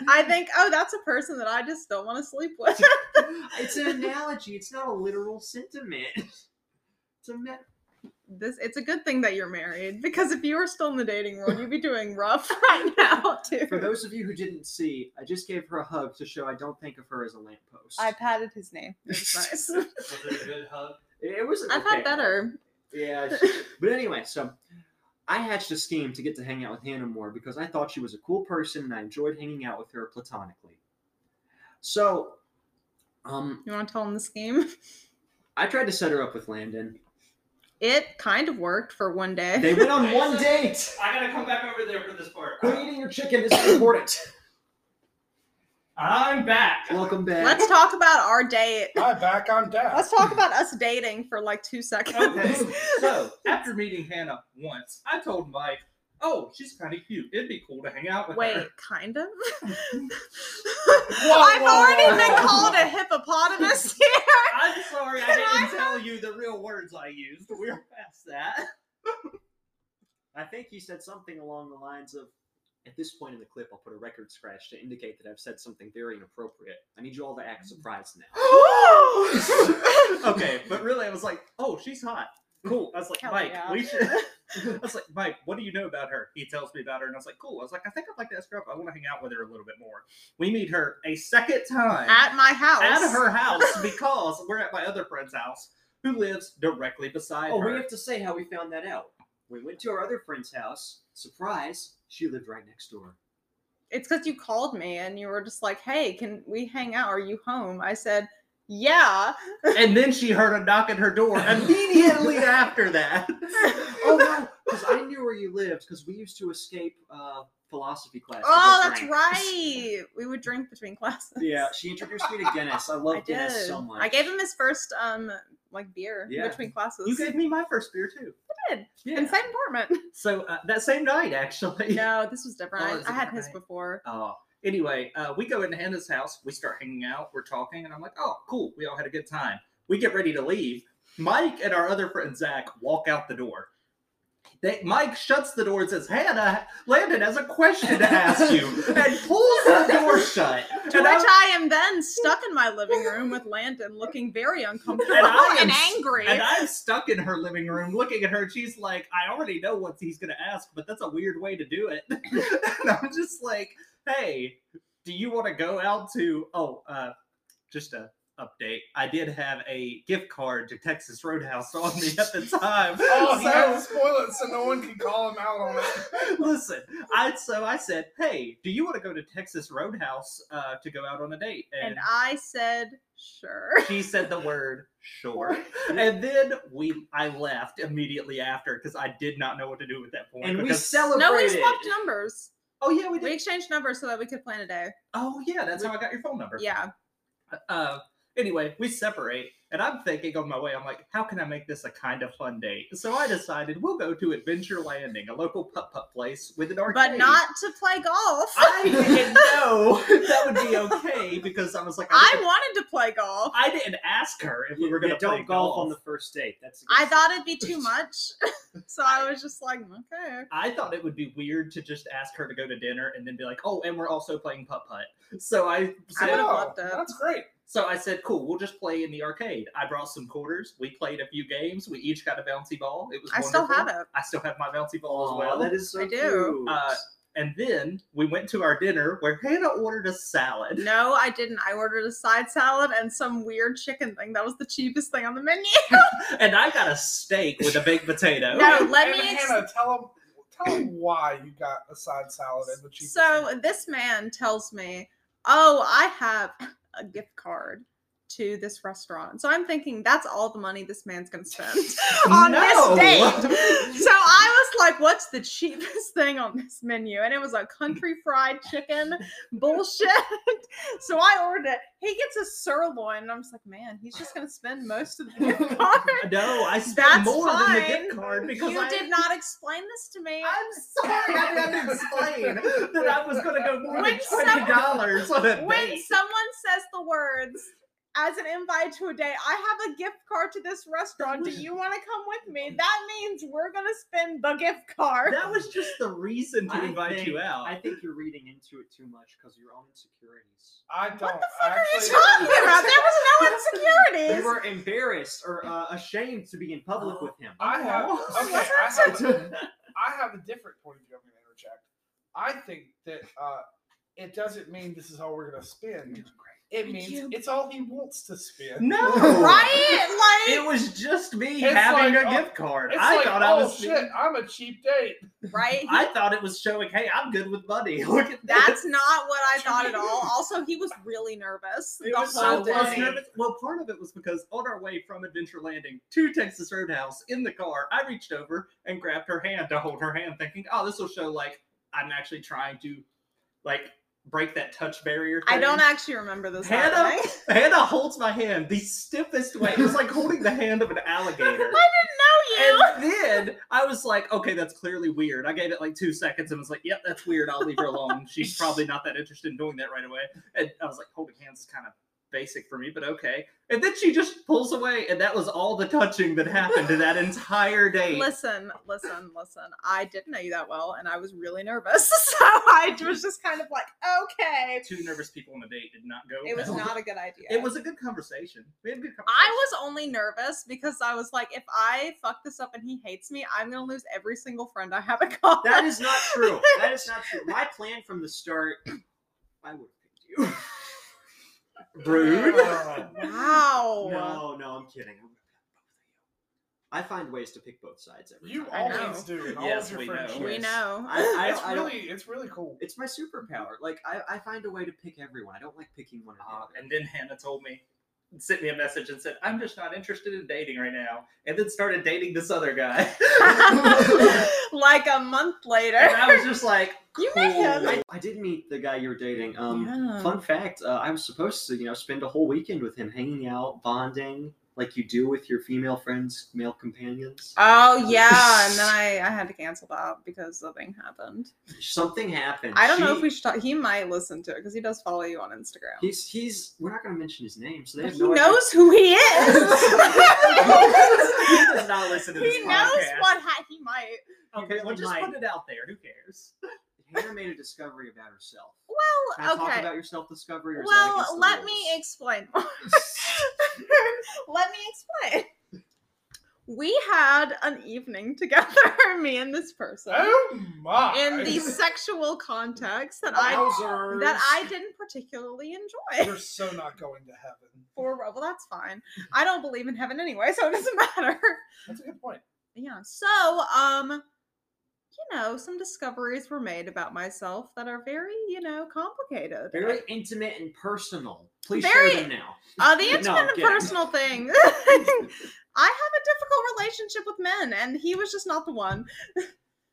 S1: I think, oh, that's a person that I just don't want to sleep with.
S3: It's an analogy, it's not a literal sentiment. It's a met
S1: this it's a good thing that you're married because if you were still in the dating world, you'd be doing rough right now too.
S3: For those of you who didn't see, I just gave her a hug to show I don't think of her as a lamppost.
S1: I patted his name. It was nice.
S5: Was it a good hug?
S3: it was
S1: I've
S3: okay.
S1: had better.
S3: Yeah. she- but anyway, so I hatched a scheme to get to hang out with Hannah more because I thought she was a cool person and I enjoyed hanging out with her platonically. So, um,
S1: You want to tell him the scheme?
S3: I tried to set her up with Landon.
S1: It kind of worked for one day.
S3: They went on one date.
S5: I gotta come back over there for this part.
S3: Quit eating your chicken. This is important.
S5: I'm back.
S3: Welcome back.
S1: Let's talk about our date.
S2: Hi, back on deck.
S1: Let's talk about us dating for like two seconds.
S5: Okay. so after meeting Hannah once, I told Mike, "Oh, she's kind of cute. It'd be cool to hang out with
S1: Wait,
S5: her."
S1: kind of?
S2: whoa,
S1: I've
S2: whoa,
S1: already
S2: whoa,
S1: been
S2: whoa.
S1: called a hippopotamus here.
S5: I'm sorry, I
S1: Can I
S5: didn't tell you the real words I used. We're past that.
S3: I think he said something along the lines of, "At this point in the clip, I'll put a record scratch to indicate that I've said something very inappropriate. I need you all to
S5: Mm.
S3: act surprised now."
S4: okay, but really, I was like,
S5: Oh, she's hot. Cool. I was like,
S1: Hell
S5: Mike,
S1: yeah.
S5: we should. I was like, Mike, what do you know about her? He tells me about her, and I was like, cool. I was like, I think I'd like to ask her up. I want to hang out with her a little bit more. We meet her a second time
S1: At my house.
S5: at her house because we're at my other friend's house who lives directly beside
S3: Oh,
S5: her.
S3: we have to say how we found that out. We went to our other friend's house. Surprise! She lived right next door.
S1: It's because you called me and you were just like, hey, can we hang out? Are you home? I said, yeah.
S5: and then she heard a knock at her door immediately after that.
S3: oh no, because I knew where you lived because we used to escape uh, philosophy class. to go
S1: Oh, that's
S3: drink.
S1: right. We would drink between classes.
S3: Yeah, she introduced me to Guinness. I love
S1: I did.
S3: Guinness so much.
S1: I gave him his first um like beer
S3: Yeah.
S1: between classes.
S5: You gave me my first beer too.
S1: did.
S5: Yeah.
S1: in same apartment.
S5: so uh, that same night, actually.
S1: No, this was different.
S5: Oh,
S1: I-
S5: it was
S1: I,
S5: a
S1: had his
S5: different night.
S1: before.
S5: Oh. Anyway, uh, we go into Hannah's house. We start hanging out. We're talking, and I'm like, "Oh, cool. We all had a good time." We get ready to leave. Mike and our other friend Zach walk out the door. They, Mike shuts the door and says, "Hannah, Landon has a question to ask you," and pulls the door shut.
S1: To
S5: and
S1: which
S5: I'm-
S1: I am then stuck in my living room with Landon looking very uncomfortable and,
S5: And I am s-
S1: angry.
S5: And I'm stuck in her living room looking at her, and she's like, I already know what he's going to ask, but that's a weird way to do it. and I'm just like, hey, do you want to go out to, oh, uh, just a update. I did have a gift card to Texas Roadhouse on me at the time.
S2: Oh,
S5: so-
S2: so, had to spoil it so no one can call him out on it.
S5: Listen, I so I said, "Hey, do you want to go to Texas Roadhouse uh, to go out on a date?"
S1: and I said, sure.
S5: she said the word sure and then we i left immediately after because i did not know what to do at that point
S3: And we
S5: because-
S3: celebrate-
S1: No, we
S3: Celebrated.
S1: swapped numbers.
S5: oh yeah we did
S1: We exchanged numbers so that we could plan a day.
S5: oh yeah that's how i got your phone number
S1: Yeah.
S5: uh anyway we separate and i'm thinking on my way i'm like how can i make this a kind of fun date so i decided we'll go to adventure landing a local putt putt place with an arcade
S1: But not to play golf.
S5: i didn't know that would be okay because i was like i,
S1: I
S5: didn't,
S1: wanted to play golf.
S5: I didn't ask her if we
S3: You-
S5: were going
S3: you
S5: to play
S3: don't golf on the
S5: golf.
S3: first date. That's
S1: I
S3: against-
S1: thought it'd be too much. so I was just like, okay.
S5: I thought it would be weird to just ask her to go to dinner and then be like, "Oh, and we're also playing putt putt." So I
S1: I
S5: said,
S1: would've
S2: No,
S1: loved it.
S2: That's great.
S5: so I said, "Cool, we'll just play in the arcade." I brought some quarters. We played a few games. We each got a bouncy ball. It was.
S1: I still have
S5: wonderful.
S1: it.
S5: I still have my bouncy ball
S3: Aw,
S5: as well.
S3: That is so
S1: I do.
S3: cute.
S5: Uh, and then we went to our dinner where Hannah ordered a salad.
S1: No, I didn't. I ordered a side salad and some weird chicken thing. That was the cheapest thing on the menu.
S5: and I got a steak with a baked potato.
S1: No, let
S2: and
S1: me ex-
S2: Hannah, tell him, tell him why you got a side salad and the cheapest. thing.
S1: So this man tells me, Oh, I have a gift card to this restaurant. So I'm thinking that's all the money this man's going to spend on
S5: No.
S1: this date. So I was like, What's the cheapest thing on this menu? And it was a country fried chicken bullshit. so I ordered it. He gets a sirloin. And I'm just like, Man, he's just going to spend most of the gift card.
S5: No, I spent
S1: That's
S5: more than the gift
S1: fine.
S5: card because
S1: you
S5: I
S1: did not explain this to me.
S5: I'm sorry, I didn't explain that I was going to go more
S1: When
S5: than twenty dollars on a
S1: when
S5: date.
S1: someone says the words as an invite to a day, I have a gift card to this restaurant. Do you want to come with me? That means we're gonna spend the gift card.
S5: That was just the reason to
S3: I
S5: invite
S3: think-
S5: you out.
S3: I think you're reading into it too much because of your own insecurities.
S2: I don't.
S1: what the fuck are you
S2: actually-
S1: talking about? There was no
S3: We
S1: insecurities.
S3: were embarrassed or uh, ashamed to be in public
S5: Oh.
S3: with him.
S2: I have.
S5: Aw.
S2: Okay, I have, I have a different point of view. I'm going to interject. I think that uh, it doesn't mean this is all we're going to spend. It
S1: Thank
S2: means
S1: you.
S2: it's all he wants to spend.
S5: No.
S1: right? Like
S5: it was just me
S2: It's
S5: having
S2: like,
S5: a
S2: oh,
S5: gift card.
S2: It's
S5: I
S2: like,
S5: thought
S2: oh
S5: I was
S2: shit, I'm a cheap date.
S1: right?
S5: I thought it was showing, hey, I'm good with money. Look at that.
S1: That's not what I thought at all. Also, he was really nervous
S5: It
S1: the
S5: was
S1: whole
S5: so
S1: day.
S5: was nervous. Well, part of it was because on our way from Adventure Landing to Texas Roadhouse in the car, I reached over and grabbed her hand to hold her hand, thinking, "Oh, this will show like I'm actually trying to like break that touch barrier.
S1: I don't
S5: thing.
S1: actually remember this
S5: Hannah?
S1: happening.
S5: Hannah holds my hand the stiffest way. It was like holding the hand of an alligator.
S1: I didn't know you.
S5: And then I was like, okay, that's clearly weird. I gave it like two seconds and was like, yep, that's weird. I'll leave her alone. She's probably not that interested in doing that right away. And I was like, holding hands is kind of basic for me, but okay. And then she just pulls away, and that was all the touching that happened to that entire day.
S1: Listen, listen, listen. I didn't know you that well, and I was really nervous. So I was just kind of like, okay.
S5: Two nervous people on a date did not go.
S1: It was
S5: well.
S1: not a good idea.
S5: It was a good conversation. We had a good conversation.
S1: I was only nervous because I was like, if I fuck this up and he hates me, I'm gonna lose every single friend I have at college.
S3: That is not true. That is not true. My plan from the start, I would have picked you.
S2: Oh,
S1: wow.
S3: No, no, I'm kidding. I'm gonna pick both of you. I find ways to pick both sides every
S2: You
S1: I know.
S2: always do. In all
S5: Yes,
S2: of your
S5: we know.
S2: friendships.
S1: We know.
S3: I,
S2: It's
S3: I, I don't,
S2: really, it's really cool.
S3: it's my superpower. Like I, I find a way to pick everyone. I don't like picking one or the
S2: Oh,
S5: Uh,
S3: other.
S5: and
S6: And then Hannah told me, sent me a message and said, I'm just not interested in dating right now. And then started dating this other guy.
S1: like a month
S5: and
S1: later.
S5: I was just like,
S1: You met him.
S3: I, I did meet the guy you were dating. Um,
S1: Yeah.
S3: fun fact: uh, I was supposed to, you know, spend a whole weekend with him, hanging out, bonding, like you do with your female friends, male companions.
S1: Oh yeah, and then I, I had to cancel that because something happened.
S3: Something happened.
S1: I don't know
S3: She-
S1: if we should talk. He might listen to it because he does follow you on Instagram.
S3: He's he's. We're not going to mention his name, so they
S1: But
S3: have
S1: he
S3: no idea-
S1: knows who he is.
S5: he does not listen to this
S1: he knows
S5: podcast.
S1: what ha- he might.
S5: Okay, well,
S3: really
S5: just
S3: might.
S5: put it out there. Who cares?
S3: Hannah made a discovery about herself. Can I
S1: Well,
S3: talk
S1: okay.
S3: about your self-discovery? Or is that against
S1: Well,
S3: the
S1: let
S3: rules?
S1: me explain. let me explain. We had an evening together, me and this person,
S2: Oh my!
S1: in the sexual context that I
S2: Wowzers.
S1: that I didn't particularly enjoy.
S2: You're so not going to heaven.
S1: For well, that's fine.
S3: Mm-hmm.
S1: I don't believe in heaven anyway, so it doesn't matter.
S2: That's a good point.
S1: Yeah. So, um, you know, some discoveries were made about myself that are very, you know, complicated.
S3: Very intimate and personal. Please
S1: Very-
S3: share them now.
S1: Uh, the
S3: No,
S1: intimate
S3: I'm
S1: and
S3: kidding.
S1: personal thing. I have a difficult relationship with men, and he was just not the one.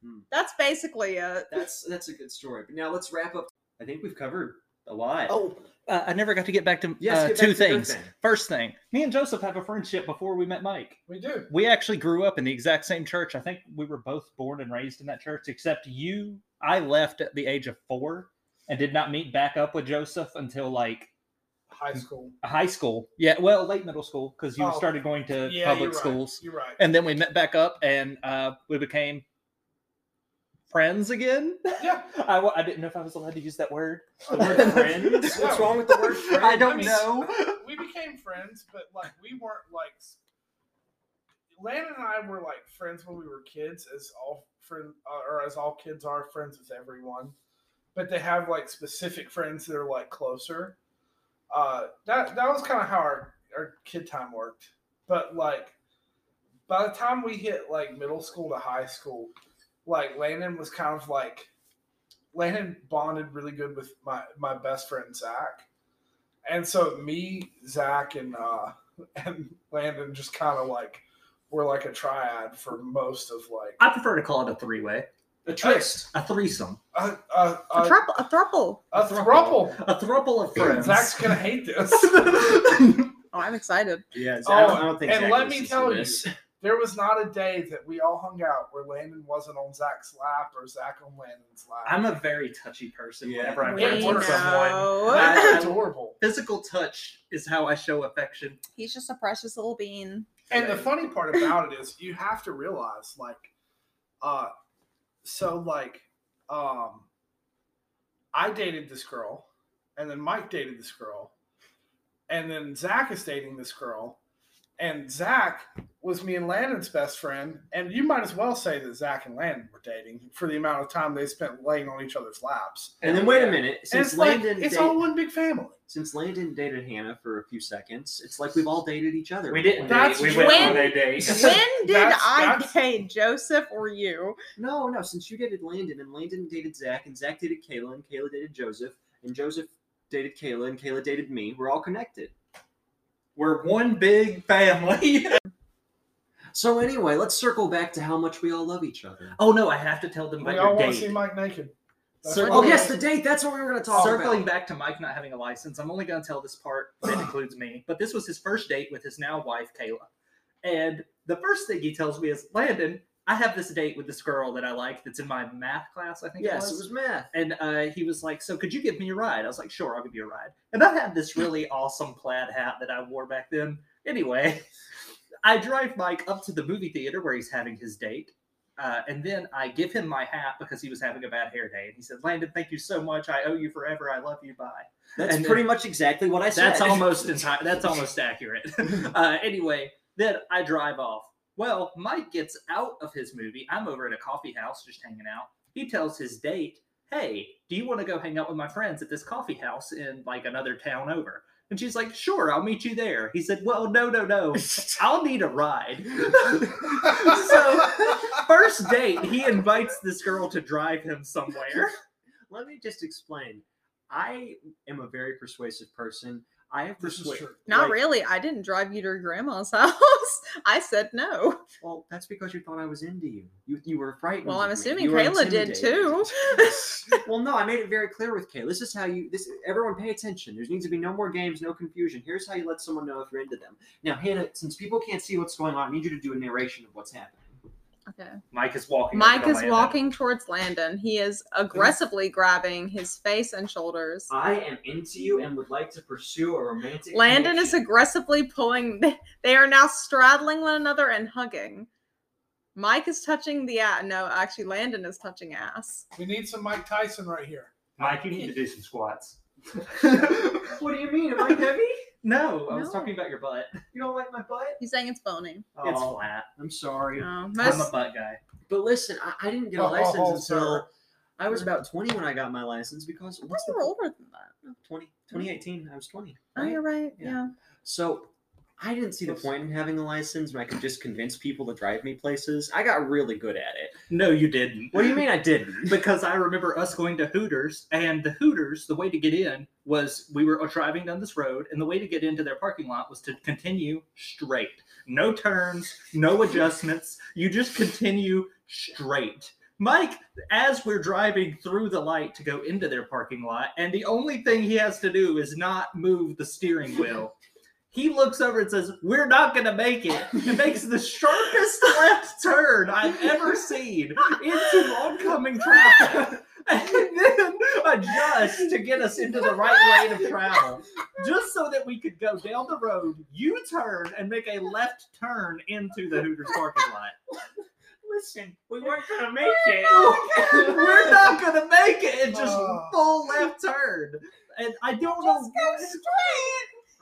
S3: Hmm.
S1: That's basically it.
S3: That's that's a good story. But now let's wrap up. I think we've covered a lot.
S5: Oh, uh, I never got to get back to
S3: Yes,
S5: uh,
S3: get back
S5: two
S3: to your
S5: things.
S3: thing.
S5: First thing, me and Joseph have a friendship before we met Mike.
S2: We do.
S5: We actually grew up in the exact same church. I think we were both born and raised in that church, except you, I left at the age of four and did not meet back up with Joseph until like
S2: High school.
S5: high school. Yeah, well, late middle school because you
S2: Oh.
S5: started going to
S2: Yeah,
S5: public
S2: you're
S5: schools.
S2: Right. You're right.
S5: And then we met back up and uh, we became friends again.
S2: Yeah.
S5: I, wa- I didn't know if I was allowed to use that word.
S3: The word friends? What's wrong with the word friend?
S5: I don't
S2: mean,
S5: know.
S2: We became friends, but like we weren't like. s- Lan and I were like friends when we were kids, as all friend uh, or as all kids are friends with everyone, but they have like specific friends that are like closer. Uh, that that was kind of how our our kid time worked, but like by the time we hit like middle school to high school, like Landon was kind of like Landon bonded really good with my my best friend Zach, and so me, Zach, and uh, and Landon just kind of like were like a triad for most of like
S5: I prefer to call it a three way,
S3: A tryst.
S5: a threesome,
S2: a a
S1: A,
S3: Uh,
S2: a,
S1: thruple, a thruple.
S2: a thruple.
S5: a thruple of friends.
S2: Zach's gonna hate this.
S1: Oh, I'm excited.
S3: Yeah, Zach,
S2: Oh,
S3: I, don't, I don't think
S2: and
S3: Zach
S2: let me
S3: listens to
S2: tell you-
S3: this.
S2: There was not a day that we all hung out where Landon wasn't on Zach's lap or Zach on Landon's lap.
S5: I'm a very touchy person
S3: Yeah.
S5: whenever I'm
S1: We
S5: friends with someone.
S1: know.
S5: I-
S2: That's adorable.
S5: Physical touch is how I show affection.
S1: He's just a precious little bean.
S2: And the funny part about it is you have to realize like uh so like um I dated this girl and then Mike dated this girl and then Zach is dating this girl and Zach was me and Landon's best friend and you might as well say that Zach and Landon were dating for the amount of time they spent laying on each other's laps.
S3: And then wait a minute.
S2: And
S3: Since
S2: it's like
S3: Landon,
S2: it's
S3: date-
S2: all one big family.
S3: since Landon dated Hannah for a few seconds, it's like we've all dated each other.
S6: We didn't
S2: That's
S6: date. We
S1: true.
S6: went on
S1: When-
S6: a date.
S1: When did
S2: That's-
S1: I
S2: that's-
S1: date Joseph or you?
S3: No, no. Since you dated Landon, and Landon dated Zach, and Zach dated Kayla, and Kayla dated Joseph, and Joseph dated Kayla, and Kayla dated me. We're all connected.
S6: We're one big family.
S3: So anyway, let's circle back to how much we all love each other.
S5: Oh no, I have to tell them
S2: We
S5: about
S2: all
S5: your
S2: want to see
S5: date.
S2: Mike naked. That's
S5: Circle-
S3: Oh
S2: what it
S3: yes,
S2: is.
S3: the date. That's what we were going to talk
S5: Circling
S3: about.
S5: back to Mike not having a license, I'm only going to tell this part that includes me. But this was his first date with his now wife, Kayla. And the first thing he tells me is, Landon, I have this date with this girl that I like that's in my math class, I think
S3: Yes,
S5: it
S3: it
S5: was.
S3: was math.
S5: And uh, he was like, So could you give me a ride? I was like, Sure, I'll give you a ride. And I had this really awesome plaid hat that I wore back then. Anyway, I drive Mike up to the movie theater where he's having his date. Uh, and then I give him my hat because he was having a bad hair day. And he said, Landon, thank you so much. I owe you forever. I love you. Bye.
S3: That's
S5: And then-
S3: pretty much exactly what I said.
S5: That's almost entire. That's almost accurate. Uh, anyway, then I drive off. Well, Mike gets out of his movie. I'm over at a coffee house just hanging out. He tells his date, "Hey, do you want to go hang out with my friends at this coffee house in like another town over?" And she's like, "Sure, I'll meet you there." He said, "Well, no, no, no. I'll need a ride." so, first date, he invites this girl to drive him somewhere.
S3: Let me just explain. I am a very persuasive person. I have
S2: This is
S3: persuaded.
S2: true.
S1: Not
S3: Like-
S1: really. I didn't drive you to your grandma's house. I said no.
S3: Well, that's because you thought I was into you. You, you were frightened.
S1: Well,
S3: of
S1: I'm
S3: me.
S1: assuming
S3: You were
S1: Kayla did
S3: intimidated.
S1: too.
S3: well, no, I made it very clear with Kay. This is how you. This everyone pay attention. There needs to be no more games, no confusion. Here's how you let someone know if you're into them. Now, Hannah, since people can't see what's going on, I need you to do a narration of what's happening.
S1: Okay.
S5: Mike is walking. over
S1: Mike
S5: to
S1: is
S5: Landon.
S1: walking towards Landon. He is aggressively grabbing his face and shoulders.
S3: Mm. I am into you and would like to pursue a romantic.
S1: Landon is
S3: connection.
S1: aggressively pulling. They are now straddling one another and hugging. Mike is touching the ass. No, actually, Landon is touching ass.
S2: We need some Mike Tyson right here.
S5: Mike, you need to do some squats.
S3: what do you mean? Am I heavy?
S5: No, I was
S1: No.
S5: talking about your butt.
S3: You don't like my butt?
S1: He's saying it's bony.
S5: It's
S3: Oh,
S5: flat.
S3: I'm sorry.
S1: No,
S5: I'm a
S1: most,
S5: butt guy.
S3: But listen, I, I didn't get a
S2: Oh,
S3: license
S2: oh,
S3: until
S2: sir.
S3: I was about 20 when I got my license
S1: I
S3: because
S1: thought
S3: what's
S1: you
S3: the
S1: were older than that.
S3: 20, 2018, I was 20.
S1: Oh,
S3: Right?
S1: you're right.
S3: Yeah.
S1: Yeah.
S3: So I didn't see the point in having a license when I could just convince people to drive me places. I got really good at it.
S5: No, you didn't.
S3: What do you mean I didn't?
S5: Because I remember us going to Hooters, and the Hooters, the way to get in was we were uh, driving down this road, and the way to get into their parking lot was to continue straight. No turns, no adjustments. You just continue straight. Mike, as we're driving through the light to go into their parking lot, and the only thing he has to do is not move the steering wheel. He looks over and says, We're not going to make it. And makes the sharpest left turn I've ever seen into oncoming traffic. And then adjust to get us into the right lane of travel. Just so that we could go down the road, U turn, and make a left turn into the Hooters parking lot.
S3: Listen, we weren't gonna make Oh
S5: We're not gonna make it. It's just
S2: Oh.
S5: full left turn. And I don't know. Go straight.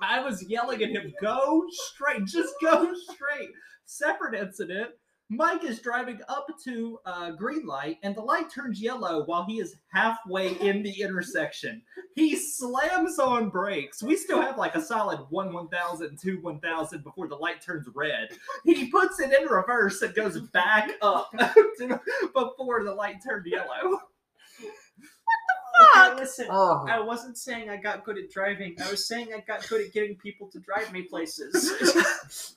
S5: I was yelling at him, go straight, just go straight. Separate incident. Mike is driving up to uh, green light, and the light turns yellow while he is halfway in the intersection. He slams on brakes. We still have like a solid one one thousand, two one thousand before the light turns red. He puts it in reverse and goes back up to- before the light turned yellow.
S1: Fuck.
S3: listen,
S2: Oh.
S3: I wasn't saying I got good at driving. I was saying I got good at getting people to drive me places.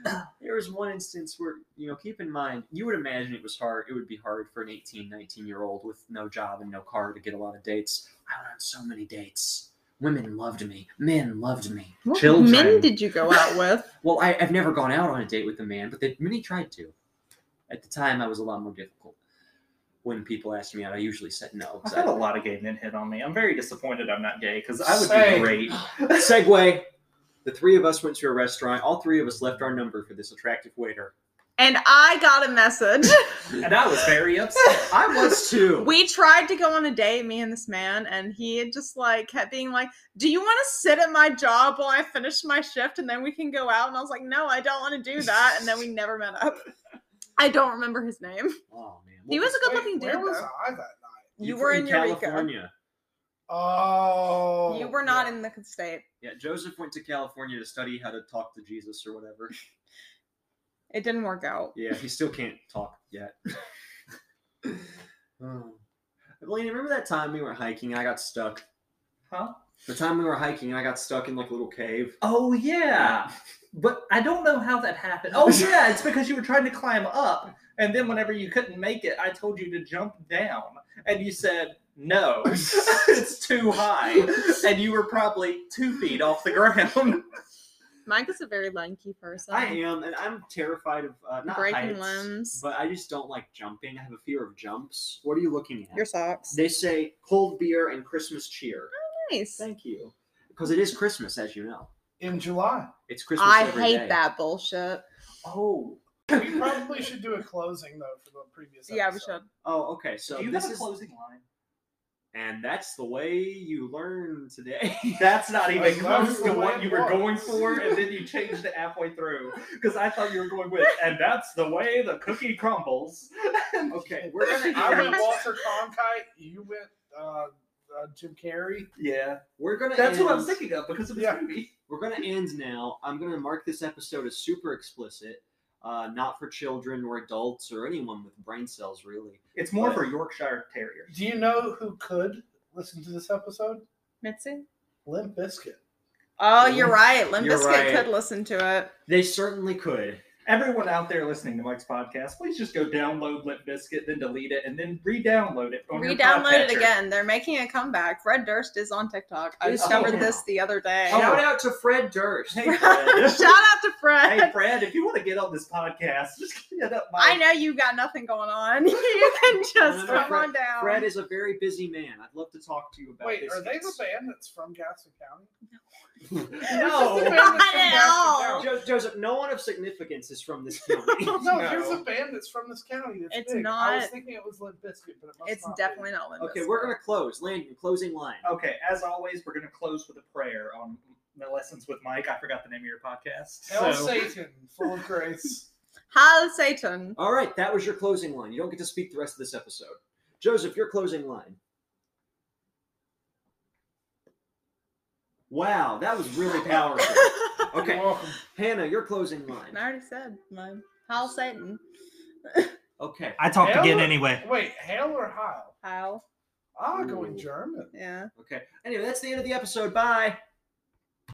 S3: there was one instance where, you know, keep in mind, you would imagine it was hard. It would be hard for an 18, 19 year old with no job and no car to get a lot of dates. I went on so many dates. Women loved me. Men loved me.
S1: What
S3: Children.
S1: men did you go out with?
S3: Well, I, I've never gone out on a date with a man, but the many tried to. At the time, I was a lot more difficult. When people asked me out, I usually said no. 'cause
S7: I've had a lot of gay men hit on me. I'm very disappointed I'm not gay because I would
S2: Same.
S7: be great.
S3: Segway. The three of us went to a restaurant. All three of us left our number for this attractive waiter.
S1: And I got a message.
S7: And I was very upset.
S3: I was too.
S1: We tried to go on a date, me and this man, and he had just like kept being like, "Do you want to sit at my job while I finish my shift, and then we can go out?" And I was like, "No, I don't want to do that." And then we never met up. I don't remember his name.
S3: oh man,
S1: He was a good-looking
S2: Wait, where
S1: dude,
S2: was
S1: though.
S2: I that night?
S1: You, were in Eureka.
S3: California.
S2: Oh.
S1: You were not
S2: yeah.
S1: in the state.
S3: Yeah, Joseph went to California to study how to talk to Jesus or whatever.
S1: It didn't work out.
S3: Yeah, he still can't talk yet. oh. Lena, remember that time we were hiking and I got stuck?
S7: Huh?
S3: The time we were hiking and I got stuck in like a little cave.
S5: Oh yeah. But I don't know how that happened. Oh yeah, it's because you were trying to climb up And then whenever you couldn't make it, I told you to jump down, and you said no, it's too high, and you were probably two feet off the ground.
S1: Mike is a very lanky person.
S3: I am, and I'm terrified of uh, not
S1: Breaking
S3: heights,
S1: limbs.
S3: but I just don't like jumping. I have a fear of jumps. What are you looking at?
S1: Your socks.
S3: They say cold beer and Christmas cheer.
S1: Nice.
S3: Thank you, because it is Christmas, as you know.
S2: in July.
S3: It's Christmas.
S1: I
S3: every
S1: hate
S3: day.
S1: that bullshit.
S5: Oh,
S2: We probably should do a closing though for the previous.
S1: Yeah, we
S2: episode.
S1: should.
S3: Oh, okay. So
S5: do you
S3: this
S5: have a
S3: is,
S5: closing line?
S3: and that's the way you learn today.
S5: That's not even
S2: As long as
S5: close to
S2: the
S5: what
S2: way
S5: you
S2: it
S5: were
S2: was.
S5: going for, and then you changed it halfway through because I thought you were going with, and that's the way the cookie crumbles.
S3: okay, we're gonna
S2: I
S3: end,
S2: went Walter Cronkite. You went uh, uh, Jim Carrey.
S5: Yeah,
S3: we're gonna
S5: that's
S3: end,
S5: what I'm thinking of because of this
S2: Yeah.
S5: movie.
S3: We're gonna end now. I'm gonna mark this episode as super explicit. Uh, not for children or adults or anyone with brain cells, really.
S5: It's more
S3: But-
S5: for Yorkshire Terriers.
S2: Do you know who could listen to this episode?
S1: Mitzi?
S2: Limp Biscuit.
S1: Oh, you're right. Limp
S3: You're
S1: Bizkit
S3: right.
S1: could listen to it.
S3: They certainly could.
S5: Everyone out there listening to Mike's podcast, please just go download Lip Biscuit, then delete it, and then re-download it. on your
S1: Redownload it
S5: podcatcher.
S1: again. They're making a comeback. Fred Durst is on TikTok. I
S3: Is
S5: he
S1: discovered
S5: now?
S1: this the other day.
S3: Shout out to Fred Durst.
S5: Hey Fred.
S1: Shout out to Fred.
S5: hey Fred, if you want to get on this podcast, just hit up Mike.
S1: I know you got nothing going on. you can just
S3: No, no, no,
S1: come on down.
S3: Fred is a very busy man. I'd love to talk to you about
S2: Wait,
S3: this.
S2: are they the band that's from Gaston County? Who's the
S3: no,
S2: band that's
S1: Not
S2: from
S1: at
S2: Gaston
S1: all.
S2: County?
S3: Jo- Joseph. No one of significance is from this county.
S2: No,
S5: No.
S2: here's a band that's from this county. That's
S1: It's
S2: big. I was
S1: not-
S2: thinking it was Limp Biscuit, but it must
S1: It's
S2: not be.
S1: definitely not Limp
S3: okay,
S1: Bizkit.
S3: we're gonna close. Landon, closing line.
S2: Oh.
S5: Okay, as always, we're going to close with a prayer on the lessons with Mike. I forgot the name of your podcast.
S2: Hail
S5: so-
S2: Satan, full of grace.
S1: Hail Satan.
S3: All right, that was your closing line. You don't get to speak the rest of this episode. Joseph, your closing line. Wow, that was really powerful.
S2: You're
S3: Okay,
S2: welcome.
S3: Hannah, your closing line.
S1: I already said mine. Hail Satan.
S3: Okay.
S5: I talked
S2: Hail
S5: again
S2: or-
S5: anyway.
S2: Wait, hail or Heil?
S1: Hail.
S2: Ah, going
S3: Ooh.
S2: German.
S1: Yeah.
S3: Okay. Anyway, that's the end of the episode. Bye.